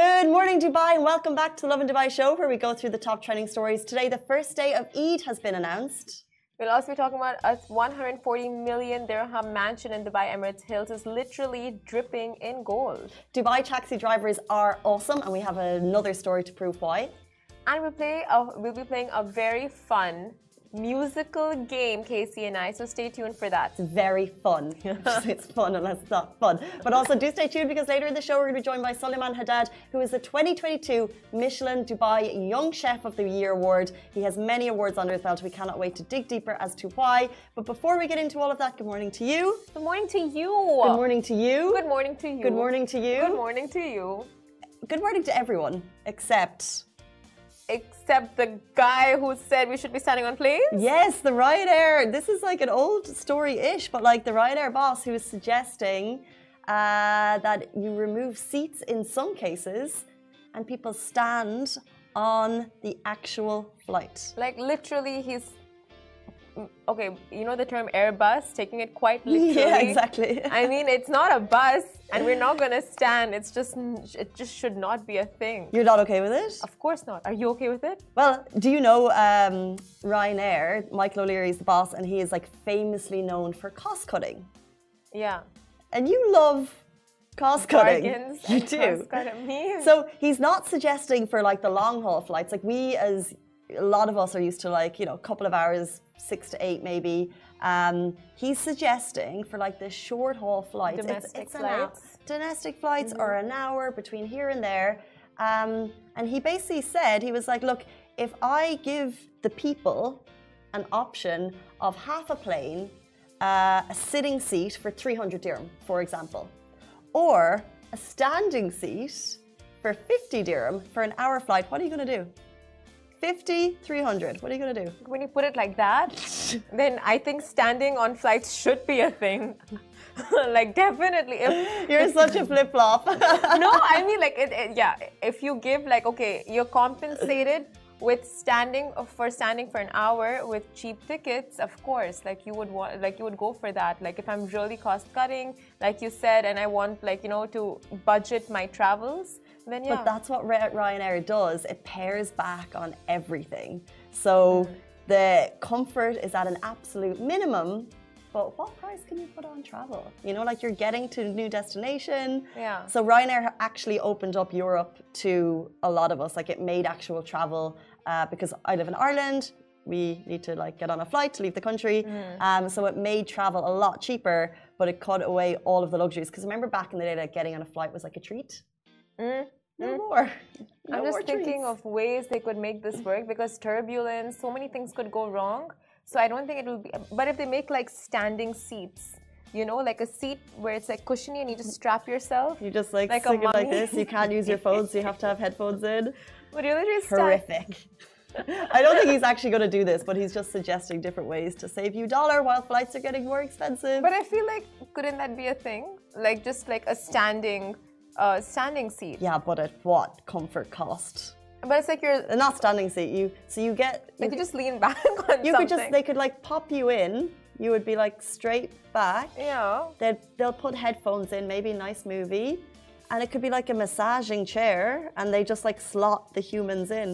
Good morning, Dubai, and welcome back to the Love and Dubai show, where we go through the top trending stories. Today, the first day of Eid has been announced. We'll also be talking about a 140 million dirham mansion in Dubai Emirates Hills is literally dripping in gold. Dubai taxi drivers are awesome, and we have another story to prove why. And we'll, play a, we'll be playing a very fun musical game, Casey and I, so stay tuned for that. It's very fun. it's fun unless it's not fun. But also do stay tuned because later in the show we're going to be joined by Suleiman Haddad, who is the 2022 Michelin Dubai Young Chef of the Year award. He has many awards under his belt. We cannot wait to dig deeper as to why. But before we get into all of that, good morning to you. Good morning to you. Good morning to you. Good morning to you. Good morning to you. Good morning to you. Good morning to everyone except except the guy who said we should be standing on planes? Yes, the Riot Air. This is like an old story ish, but like the Riot Air boss who is suggesting uh, that you remove seats in some cases and people stand on the actual flight. Like literally, he's okay. You know the term Airbus, taking it quite literally. Yeah, exactly. I mean, it's not a bus, and we're not gonna stand. It's just, it just should not be a thing. You're not okay with it? Of course not. Are you okay with it? Well, do you know um, Ryanair? Michael O'Leary is the boss, and he is like famously known for cost cutting. Yeah. And you love cost cutting. Bargains you and do. cost-cutting. Me. So he's not suggesting for like the long haul flights. Like we as a lot of us are used to like you know a couple of hours six to eight maybe um, he's suggesting for like the short haul flights it's- Domestic it's an flights. Mm-hmm. hour- domestic flights or an hour between here and there um, and he basically said he was like look if i give the people an option of half a plane uh, a sitting seat for 300 dirham for example or a standing seat for 50 dirham for an hour flight what are you going to do 50, 300. What are you going to do? when you put it like that, then I think standing on flights should be a thing. like definitely, if You're such a flip flop. no, I mean like it, it- Yeah, if you give like okay, you're compensated with standing for standing for an hour with cheap tickets. Of course, like you would want, like you would go for that. Like if I'm really cost cutting, like you said, and I want like you know to budget my travels, then yeah. But that's what Ry- Ryanair does. It pairs back on everything. Mm. So the comfort is at an absolute minimum. But what price can you put on travel? You know, like you're getting to a new destination. Yeah. So Ryanair actually opened up Europe to a lot of us. Like it made actual travel uh, because I live in Ireland. We need to like get on a flight to leave the country. Mm. Um, so it made travel a lot cheaper, but it cut away all of the luxuries. Because remember back in the day, like getting on a flight was like a treat. Mm. No more. No I'm more just thinking treats. of ways they could make this work because turbulence, so many things could go wrong. So I don't think it will be. But if they make like standing seats, you know, like a seat where it's like cushiony and you just strap yourself. you just like, like a singing like mummy. this. You can't use your phone, so you have to have headphones in. Would you literally stand? Horrific. I don't think he's actually going to do this, but he's just suggesting different ways to save you dollar while flights are getting more expensive. But I feel like couldn't that be a thing? Like just like a standing, uh, standing seat. yeah, but at what comfort cost? But it's like you're And not standing seat. You so you get Uh, you, like you just lean back on something. you could just they could like pop you in. You would be like straight back. yeah. They'd, they'll put headphones in, maybe a nice movie, and it could be like a massaging chair, and they just like slot the humans in.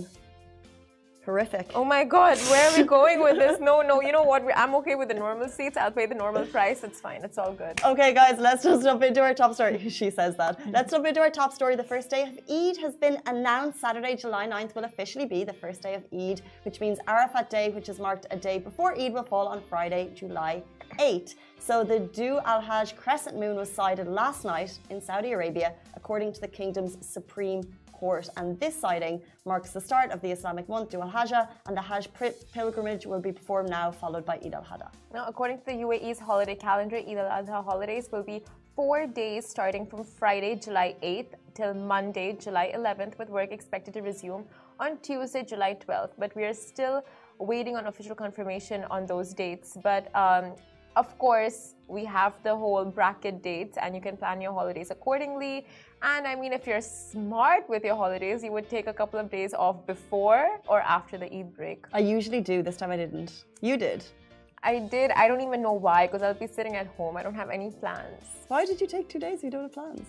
Horrific. Oh my God, where are we going with this? No, no. You know what? We- I'm okay with the normal seats. I'll pay the normal price. It's fine. It's all good. Okay, guys, let's just jump into our top story. She says that. Let's jump into our top story. The first day of Eid has been announced. Saturday, July 9th will officially be the first day of Eid, which means Arafat Day, which is marked a day before Eid, will fall on Friday, July 8th. So the Du Al Hajj crescent moon was sighted last night in Saudi Arabia, according to the kingdom's supreme court. And this sighting marks the start of the Islamic month, Du Al Hajjah, and the Hajj pri- pilgrimage will be performed now, followed by Eid al Adha. Now, according to the UAE's holiday calendar, Eid al Adha holidays will be four days starting from Friday, July 8th till Monday, July 11th, with work expected to resume on Tuesday, July 12th. But we are still waiting on official confirmation on those dates. But um, of course, we have the whole bracket dates, and you can plan your holidays accordingly. And I mean, if you're smart with your holidays, you would take a couple of days off before or after the Eid break. I usually do. This time I didn't. You did. I did. I don't even know why, because I'll be sitting at home. I don't have any plans. Why did you take two days? You don't have plans.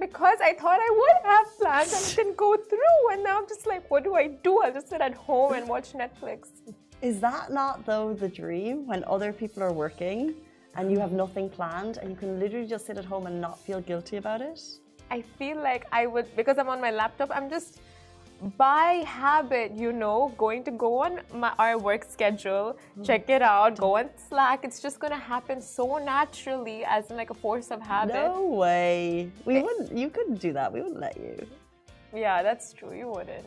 Because I thought I would have plans and can go through, and now I'm just like, what do I do? I'll just sit at home and watch Netflix. Is that not though the dream when other people are working and you have nothing planned and you can literally just sit at home and not feel guilty about it? I feel like I would, because I'm on my laptop, I'm just by habit, you know, going to go on my, our work schedule, check it out, go on Slack. It's just going to happen so naturally, as in like a force of habit. No way. We wouldn't. You couldn't do that. We wouldn't let you. Yeah, that's true. You wouldn't.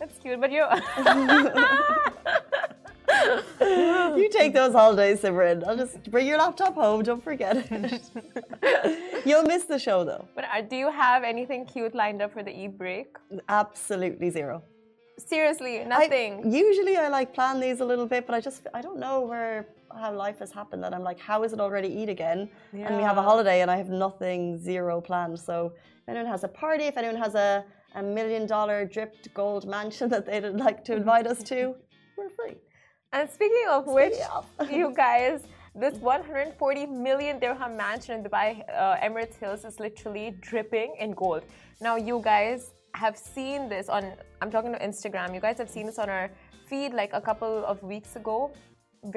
That's cute, but you. You take those holidays, Simran. I'll just bring your laptop home. Don't forget it. You'll miss the show though. but are, do you have anything cute lined up for the e break? Absolutely zero. Seriously, I- nothing. usually I like plan these a little bit, but I just I don't know where how life has happened that I'm like, how is it already eat again? And we have a Yeah. holiday and I have nothing zero planned. So if anyone has a party, if anyone has a, a million dollar dripped gold mansion that they'd like to invite us to, we're free. and speaking of which, of- you guys, this 140 million dirham mansion in Dubai uh, Emirates Hills is literally dripping in gold. Now, you guys have seen this on, I'm talking to Instagram, you guys have seen this on our feed like a couple of weeks ago.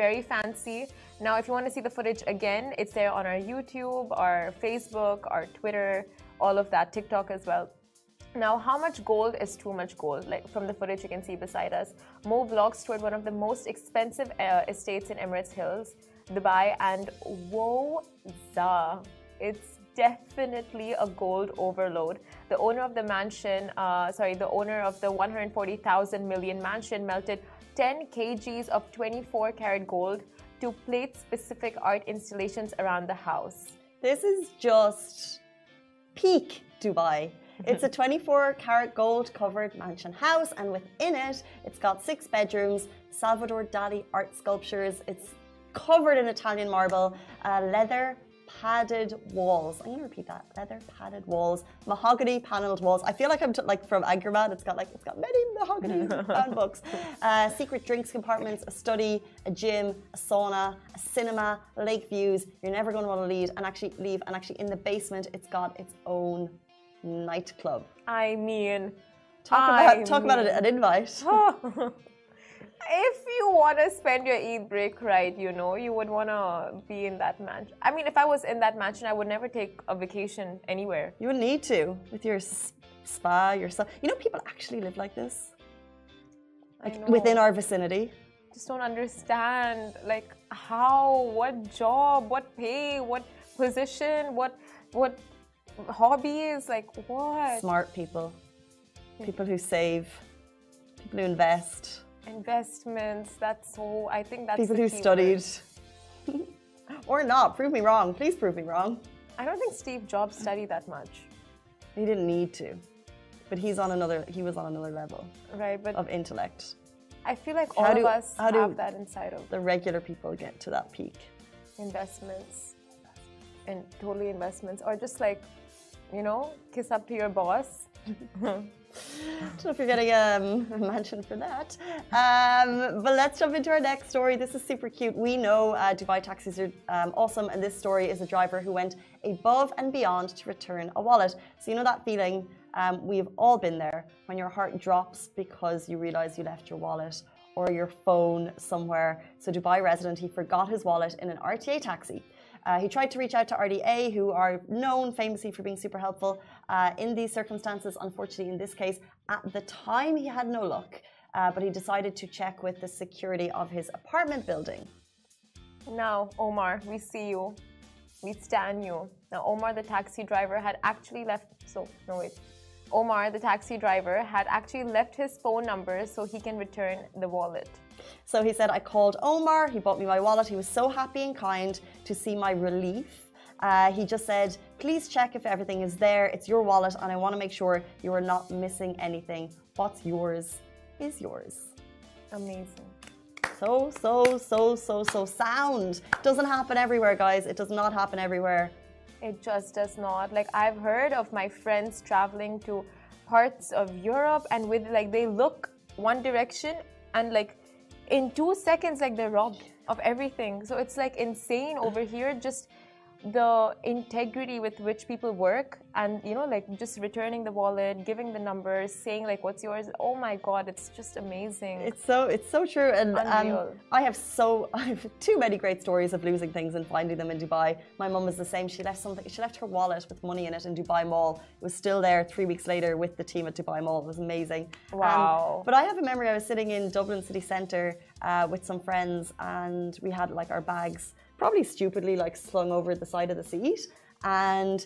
Very fancy. Now, if you want to see the footage again, it's there on our YouTube, our Facebook, our Twitter, all of that, TikTok as well. Now, how much gold is too much gold? Like from the footage you can see beside us, Mo vlogs toured one of the most expensive uh, estates in Emirates Hills, Dubai, and whoa, za, it's definitely a gold overload. The owner of the mansion, uh, sorry, the owner of the 140,000 million mansion melted 10 kgs of 24 karat gold to plate specific art installations around the house. This is just peak Dubai. It's a 24 karat gold covered mansion house, and within it, it's got six bedrooms, Salvador Dali art sculptures. It's covered in Italian marble, uh, leather padded walls. I'm gonna repeat that: leather padded walls, mahogany paneled walls. I feel like I'm t- like from Anchorman. It's got like it's got many mahogany bound books, uh, secret drinks compartments, a study, a gym, a sauna, a cinema, lake views. You're never going to want to leave, and actually leave. And actually, in the basement, it's got its own nightclub. I mean, Talk about talk about an, an invite. Oh. if you want to spend your Eid break right, you know, you would want to be in that mansion. I mean, if I was in that mansion, I would never take a vacation anywhere. You would need to with your s- spa, your sa- You know, people actually live like this Like within our vicinity. just don't understand like how, what job, what pay, what position, what what hobbies, like what Smart people, people who save, people who invest, investments. That's so. I think that's people the who key studied. word. or not, prove me wrong. Please prove me wrong. I don't think Steve Jobs studied that much, He didn't need to, but he's on another. He was on another level right? But of intellect. I feel like all do- of us how have do- that inside of The regular people get to that peak. investments and totally investments or just like you know kiss up to your boss I don't know if you're getting um, a mansion for that. Um, but let's jump into our next story. This is super cute. We know uh, Dubai taxis are um, awesome, and this story is a driver who went above and beyond to return a wallet. So, you know that feeling? Um, we've all been there when your heart drops because you realize you left your wallet or your phone somewhere. So, Dubai resident, he forgot his wallet in an RTA taxi. Uh, he tried to reach out to RDA, who are known famously for being super helpful uh, in these circumstances. Unfortunately, in this case, at the time he had no luck, uh, but he decided to check with the security of his apartment building. now omar we see you we stand you now omar the taxi driver had actually left so no wait omar the taxi driver had actually left his phone number so he can return the wallet So he said, I called Omar, he bought me my wallet. He was so happy and kind to see my relief. Uh, he just said, Please check if everything is there. It's your wallet, and I want to make sure you are not missing anything. What's yours is yours. amazing So, so, so, so, so sound. Doesn't happen everywhere, guys. It does not happen everywhere. It just does not. Like I've heard of my friends traveling to parts of Europe and with like they look one direction and like in two seconds like they're robbed. of everything. So it's like insane over here, just the integrity with which people work and you know like just returning the wallet giving the numbers saying like what's yours oh my god it's just amazing It's so it's so true, and um, Unreal. I have so I have too many great stories of losing things and finding them in Dubai. My mum was the same. She left something. She left her wallet with money in it in Dubai Mall. It was still there three weeks later with the team at Dubai Mall. It was amazing. Um, Wow. but I have a memory. I was sitting in Dublin city centre uh, with some friends, and we had like our bags probably stupidly like slung over the side of the seat, and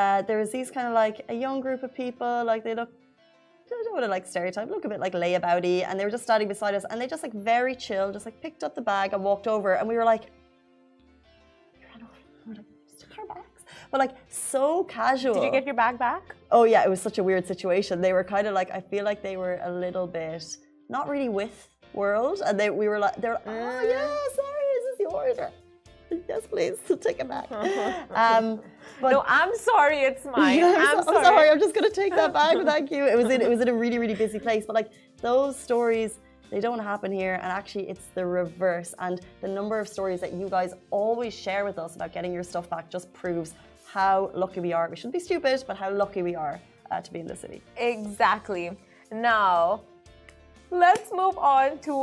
uh, there was these kind of like a young group of people. Like they looked I don't want to like stereotype, look a bit like layabouty, and they were just standing beside us, and they just like very chill, just like picked up the bag and walked over, and we were like, "You ran off." We We're like, "Just took our bags," but like so casual. did you get your bag back oh yeah, it was such a weird situation. They were kind of like, I feel like they were a little bit not really with world, and they we were like, they were like, "Oh yeah, sorry, is this yours?" Or, Yes, please take it back. um, but no i'm sorry it's mine yeah, I'm, I'm, so- I'm sorry. I'm just gonna take that back. Thank you. It was in it was in a really really busy place, but like those stories, they don't happen here. And actually, it's the reverse. And the number of stories that you guys always share with us about getting your stuff back just proves how lucky we are. We shouldn't be stupid, but how lucky we are uh, to be in this city. Exactly. Now, let's move on to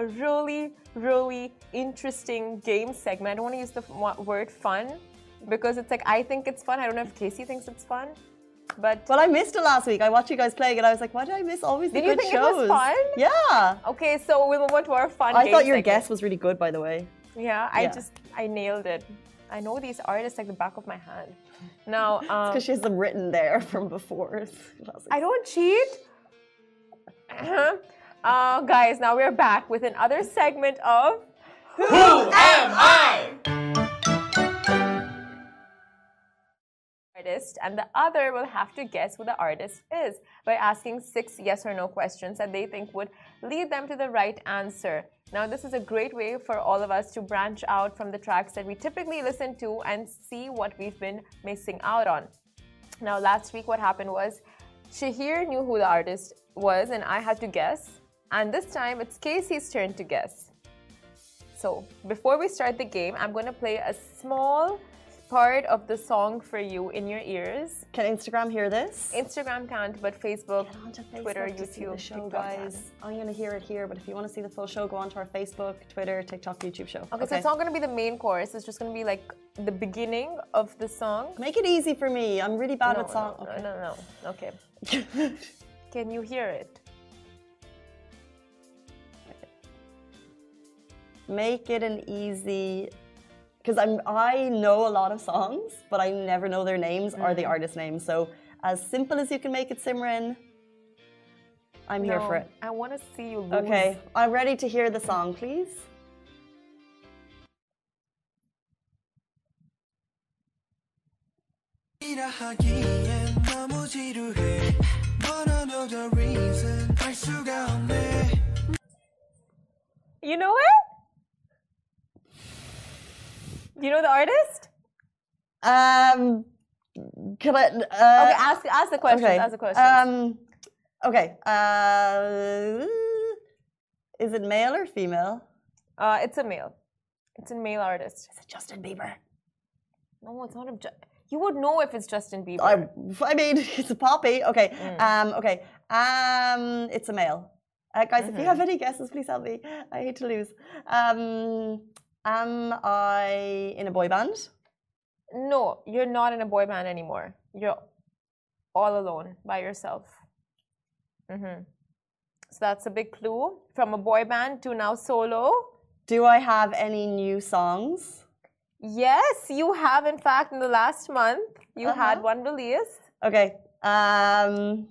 a really, really interesting game segment. I don't want to use the f- word fun because it's like I think it's fun. I don't know if Casey thinks it's fun, but Well, I missed it last week. I watched you guys playing, and I was like, why did I miss always the Did you good think it was shows? fun? Yeah. okay. So we'll move on to our fun. I game thought your segment. guess was really good, by the way. Yeah, I yeah. just I nailed it. I know these artists like the back of my hand. Now, um, Because she has them written there from before. Classic. I don't cheat. uh, guys, now we're back with another segment of artist and the other will have to guess who the artist is by asking six yes or no questions that they think would lead them to the right answer. Now, this is a great way for all of us to branch out from the tracks that we typically listen to and see what we've been missing out on. Now, last week, what happened was Shahir knew who the artist was, and I had to guess. And this time, it's Casey's turn to guess. So, before we start the game, I'm going to play a small part of the song for you in your ears. Can Instagram hear this? Instagram can't, but Facebook, Get onto Facebook Twitter, to see YouTube, the show, TikTok. guys. can. I'm gonna hear it here, but if you want to see the full show, go onto our Facebook, Twitter, TikTok, YouTube show. Okay, so it's not going to be the main chorus. It's just going to be like the beginning of the song. Make it easy for me. I'm really bad no, at song. no, okay. no, no, no. Okay. Can you hear it? Make it an easy. Because I'm, I know a lot of songs, but I never know their names or Mm. the artist names. So as simple as you can make it, Simran. I'm here No, for it. I want to see you lose. Okay, I'm ready to hear the song, please. 이라 하기엔 너무 지루해 But another reason 알 수가 없네 You know it? You know the artist? Um, can I? Uh, Okay, ask ask the question. Ask the question. Um, okay. Uh, is it male or female? uh, it's a male. It's a male artist. Is it Justin Bieber? No, it's not a. Ju- you would know if it's Justin Bieber. I, I mean, it's a poppy. Okay. Um, okay. Um, it's a male. Uh, guys, if you have any guesses, please help me. I hate to lose. Um, am I in a boy band? no, you're not in a boy band anymore. You're all alone by yourself. Mm-hmm. So that's a big clue from a boy band to now solo. Do I have any new songs? Yes, you have. In fact, in the last month, you had Uh-huh. one release. Okay. Um,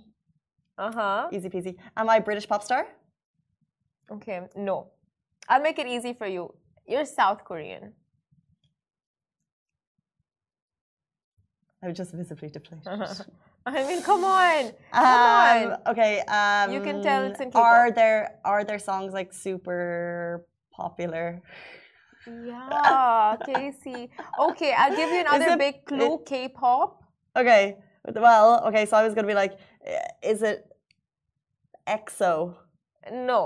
Uh huh. easy peasy. Am I a British pop star? Okay, no. I'll make it easy for you. You're South Korean. I was just visibly depleted. I mean, come on. Come Um, on. Okay. Um, You can tell it's in K-pop. Are there are there songs like super popular? Yeah, Casey. Okay, I'll give you another it- big clue K pop. Okay. Well, okay. So I was gonna be like, eh, is it EXO? No.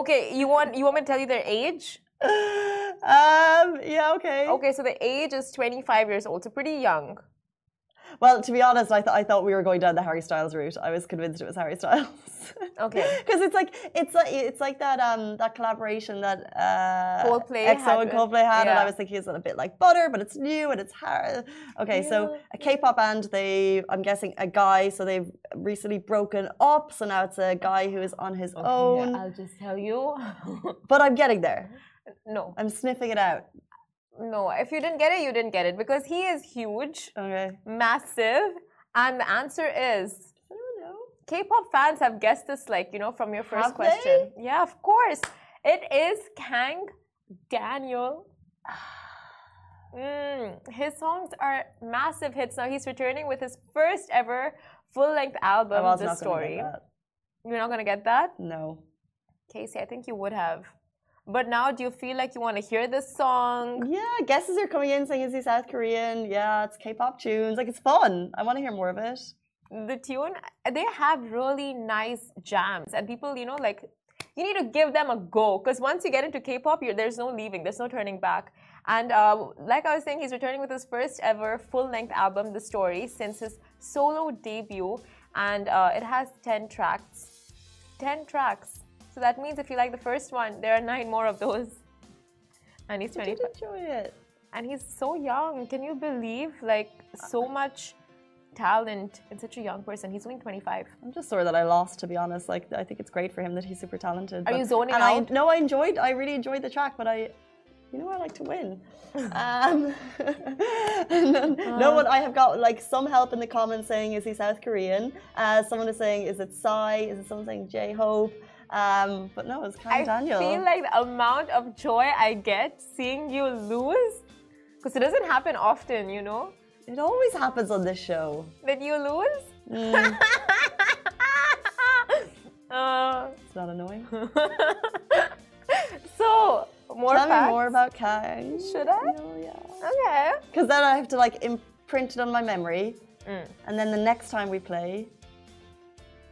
Okay, you want you want me to tell you their age? Um, yeah, okay. Okay, so the age is 25 years old, so pretty young. Well, to be honest, I, th- I thought we were going down the Harry Styles route. I was convinced it was Harry Styles. Okay. Because it's like it's like it's like that um that collaboration that uh, Coldplay EXO had and with- Coldplay had, and I yeah. was thinking it's a bit like butter, but it's new and it's hard. Okay, so Yeah. a K-pop band. They, I'm guessing, a guy. So they've recently broken up. So now it's a guy who is on his own. I'll just tell you. But I'm getting there. no, I'm sniffing it out. no. If you didn't get it, you didn't get it because he is huge, Okay. massive, and the answer is I don't know. K-pop fans have guessed this, like you know, from your first Have they? question. Yeah, of course. It is Kang Daniel. Mm, his songs are massive hits. Now he's returning with his first ever full-length I album, was The not going Story. to that. You're not gonna get that, No. Casey. I think you would have. But now, do you feel like you want to hear this song? Yeah, guesses are coming in saying is he South Korean? Yeah, it's K-pop tunes. Like it's fun. I want to hear more of it. The tune. They have really nice jams, and people, you know, like you need to give them a go because once you get into K-pop, you're, there's no leaving. There's no turning back. And uh, like I was saying, he's returning with his first ever full-length album, The Story, since his solo debut, and uh, it has ten tracks. Ten tracks. So that means if you like the first one, there are nine more of those. And he's I 25. did enjoy it. and he's so young. Can you believe like Uh-huh. so much talent in such a young person? He's only 25. I'm just sorry that I lost, to be honest. Like, I think it's great for him that he's super talented. Are but- you zoning and out? I, no, I enjoyed. I really enjoyed the track, but I, you know, I like to win. um, no Uh. one. I have got like some help in the comments saying, "Is he South Korean?" Uh, someone is saying, "Is it Psy?" Is it someone saying J Hope? Um, but no, it's Cam I Daniel. feel like the amount of joy I get seeing you lose, because it doesn't happen often, you know, it always happens on this show. Mm, that you lose. uh, It's not annoying. so more Tell facts. me more about Kang. Should I? No, yeah. Okay. Because then I have to like imprint it on my memory. And then the next time we play,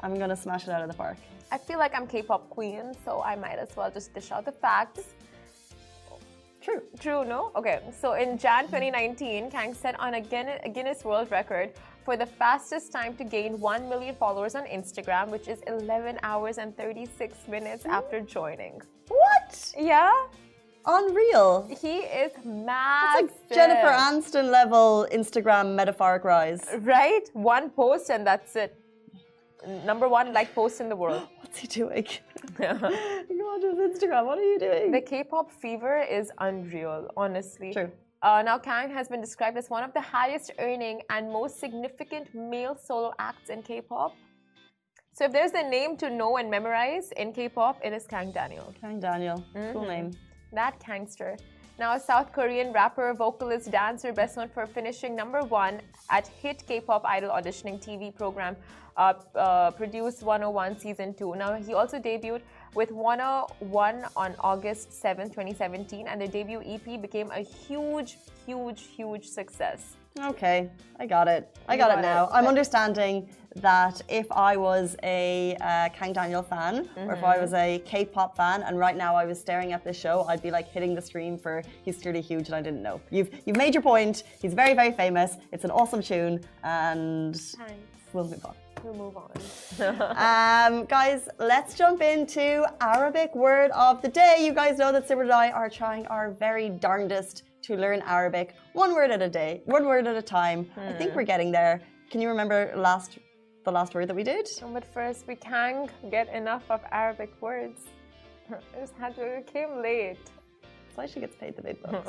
I'm going to smash it out of the park. I feel like I'm K-pop queen, so I might as well just dish out the facts. True. True, no? Okay, so in Jan 2019, Kang set on a Guin- a Guinness World Record for the fastest time to gain 1 million followers on Instagram, which is 11 hours and 36 minutes after joining. What? Yeah, Unreal. he is It's massive. like Jennifer Aniston level Instagram metaphoric rise. Right? One post and that's it. Number one like post in the world. What's he doing? God, his Instagram. What are you doing? The K-pop fever is unreal, honestly. True. Uh, now, Kang has been described as one of the highest earning and most significant male solo acts in K-pop. So, if there's a name to know and memorize in K-pop, it is Kang Daniel. Kang Daniel. Cool name. That Kangster. Now, a South Korean rapper, vocalist, dancer, best known for finishing number one at hit K-pop idol auditioning TV program, uh, uh, Produce 101 season two. Now, he also debuted with 101 on August 7, 2017, and the debut EP became a huge, huge, huge success. Okay, I got it. I You got, got it now. it. I'm understanding that if I was a uh, Kang Daniel fan, or Mm-hmm. if I was a K-pop fan, and right now I was staring at this show, I'd be like hitting the stream for "He's clearly huge and I didn't know." You've you've made your point. He's very very famous. It's an awesome tune, and Thanks. we'll move on. We'll move on. Um, guys, let's jump into Arabic word of the day. You guys know that Sibra and I are trying our very darndest to learn Arabic one word at a day, one word at a time. I think we're getting there. Can you remember last the last word that we did? but first, we can't get enough of Arabic words. I just had to, it came late. That's why she gets paid the big bucks.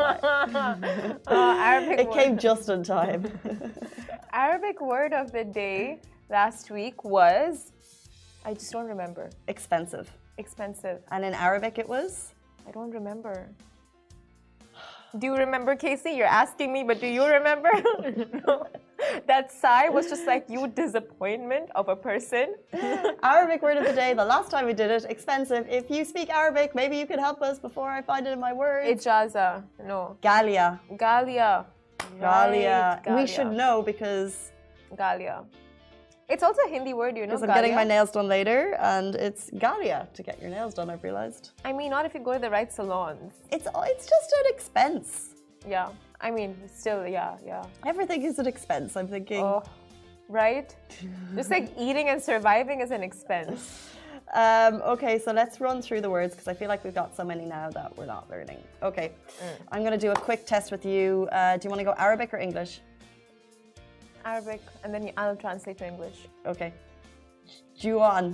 Uh, Arabic It word. came just in time. Arabic word of the day last week was I just don't remember. Expensive. Expensive. And in Arabic it was I don't remember. Do you remember, Casey? You're asking me, but do you remember? no. That sigh was just like you disappointment of a person. Arabic word of the day. The last time we did it, expensive. If you speak Arabic, maybe you could help us before I find it in my words. Ijaza. No. Galia. Galia. Galia. Right, We should know because Galia. It's also a Hindi word, you know. Because I'm getting my Galia. nails done later, and it's Galia to get your nails done, I've realised. I mean, not if you go to the right salons. It's, it's just an expense. Yeah. I mean, still, yeah, yeah. Everything is an expense, I'm thinking. Oh, right? Just like eating and surviving is an expense. Um, okay, so let's run through the words because I feel like we've got so many now that we're not learning. Okay, I'm going to do a quick test with you. Uh, do you want to go Arabic or English? Arabic, and then I'll translate to English. Okay. Juan.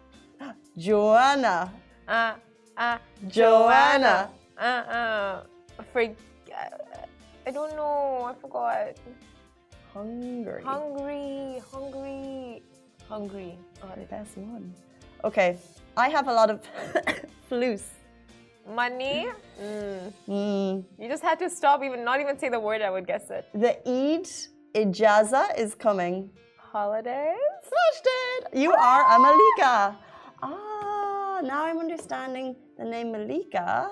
Joanna. Uh, uh, Joanna. Uh, uh, for, I don't know, I forgot. Hungary. Hungry, hungry, hungry. Got The it. best one. Okay, I have a lot of flus. Money? Mm. You just had to stop, even not even say the word, I would guess it. The Eid Ijaza is coming. Holidays? Smashed it! You are a Malika. Ah, now I'm understanding the name Malika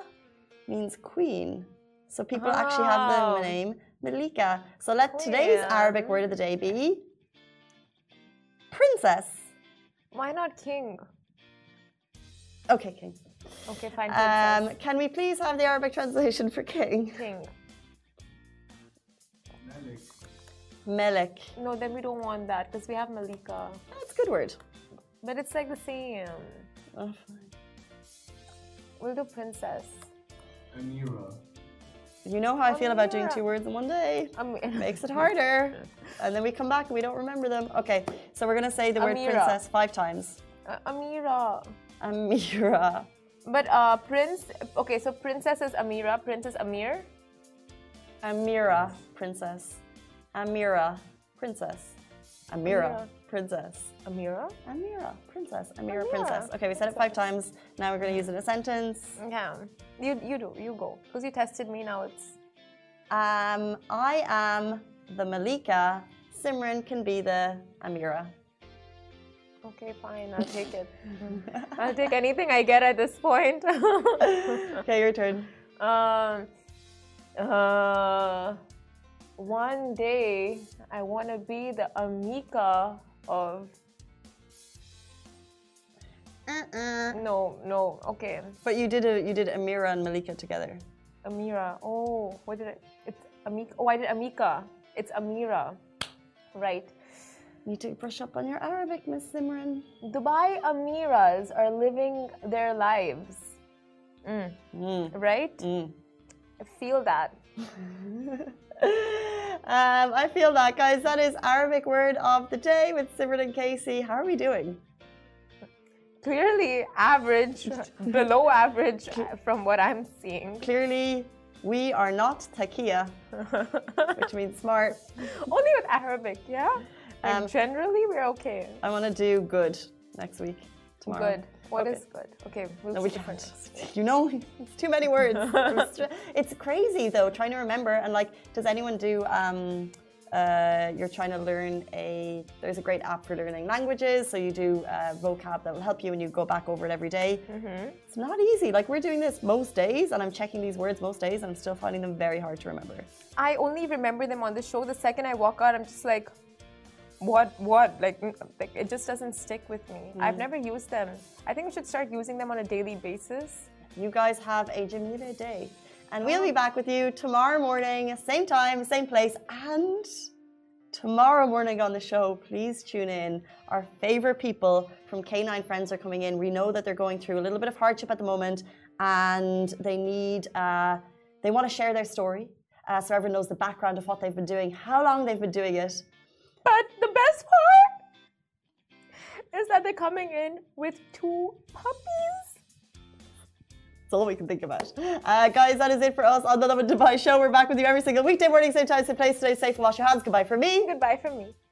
means queen. So people actually have the Oh. name Malika. So let today's Queen. Arabic word of the day be princess. Why not king? Okay, king. Okay, fine. Um, princess. can we please have the Arabic translation for king? king. Melik. No, then we don't want that because we have Malika. That's a good word. But it's like the same. Oh, fine. We'll do princess. Amira. You know how I feel about doing Amira. two words in one day. Um, Makes it harder. And then we come back and we don't remember them. Okay, so we're going to say the word Amira. princess five times. Uh, Amira. Amira. But uh, prince. Okay, so princess is Amira. Prince is Amir. Amira, princess. Amira, princess. Amira, Amira. princess. Amira. Amira, princess. Amira, Amira, princess. Okay, we said it five times. Now we're going to use it in a sentence. Yeah. You you do you go because you tested me. Now it's Um, I am the Malika. Simran can be the Amira. okay. Fine, I'll take it. I'll take anything I get at this point. Okay, your turn. Um, uh, one day I want to be the Amika of. No, no, okay. Uh-uh. But you did a, you did Amira and Malika together. Amira. Oh, what did I. It's Amika. Oh, I did Amika. It's Amira. Right. Need to brush up on your Arabic, Miss Simran. Dubai Amiras are living their lives. Mm. Right? I feel that. Um, I feel that, guys. That is Arabic word of the day with Simran and Casey. How are we doing? Clearly average, below average uh, from what I'm seeing. Clearly, we are not takia, which means smart. Only with Arabic, yeah? Like Um, generally, we're okay. I want to do good next week. Tomorrow. Good. What Okay. is good? Okay, we'll No, we see for can't. next. You know, it's too many words. It's tr- it's crazy though, trying to remember. And like, does anyone do? Um, uh, you're trying to learn a. There's a great app for learning languages, so you do uh, vocab that will help you, and you go back over it every day. It's not easy. Like we're doing this most days, and I'm checking these words most days, and I'm still finding them very hard to remember. I only remember them on the show. The second I walk out, I'm just like, what, what? Like, mm, like it just doesn't stick with me. I've never used them. I think we should start using them on a daily basis. You guys have a Jamila day, and we'll be back with you tomorrow morning, same time, same place, and. tomorrow morning on the show, please tune in. Our favorite people from K9 Friends are coming in. We know that they're going through a little bit of hardship at the moment, and they need uh, they want to share their story, uh, so everyone knows the background of what they've been doing, how long they've been doing it. But the best part is that they're coming in with two puppies. It's all we can think about. Uh, guys, that is it for us on the Love and Dubai show. We're back with you every single weekday morning, same time, same place. Today, safe and wash your hands. Goodbye for me. Goodbye from me.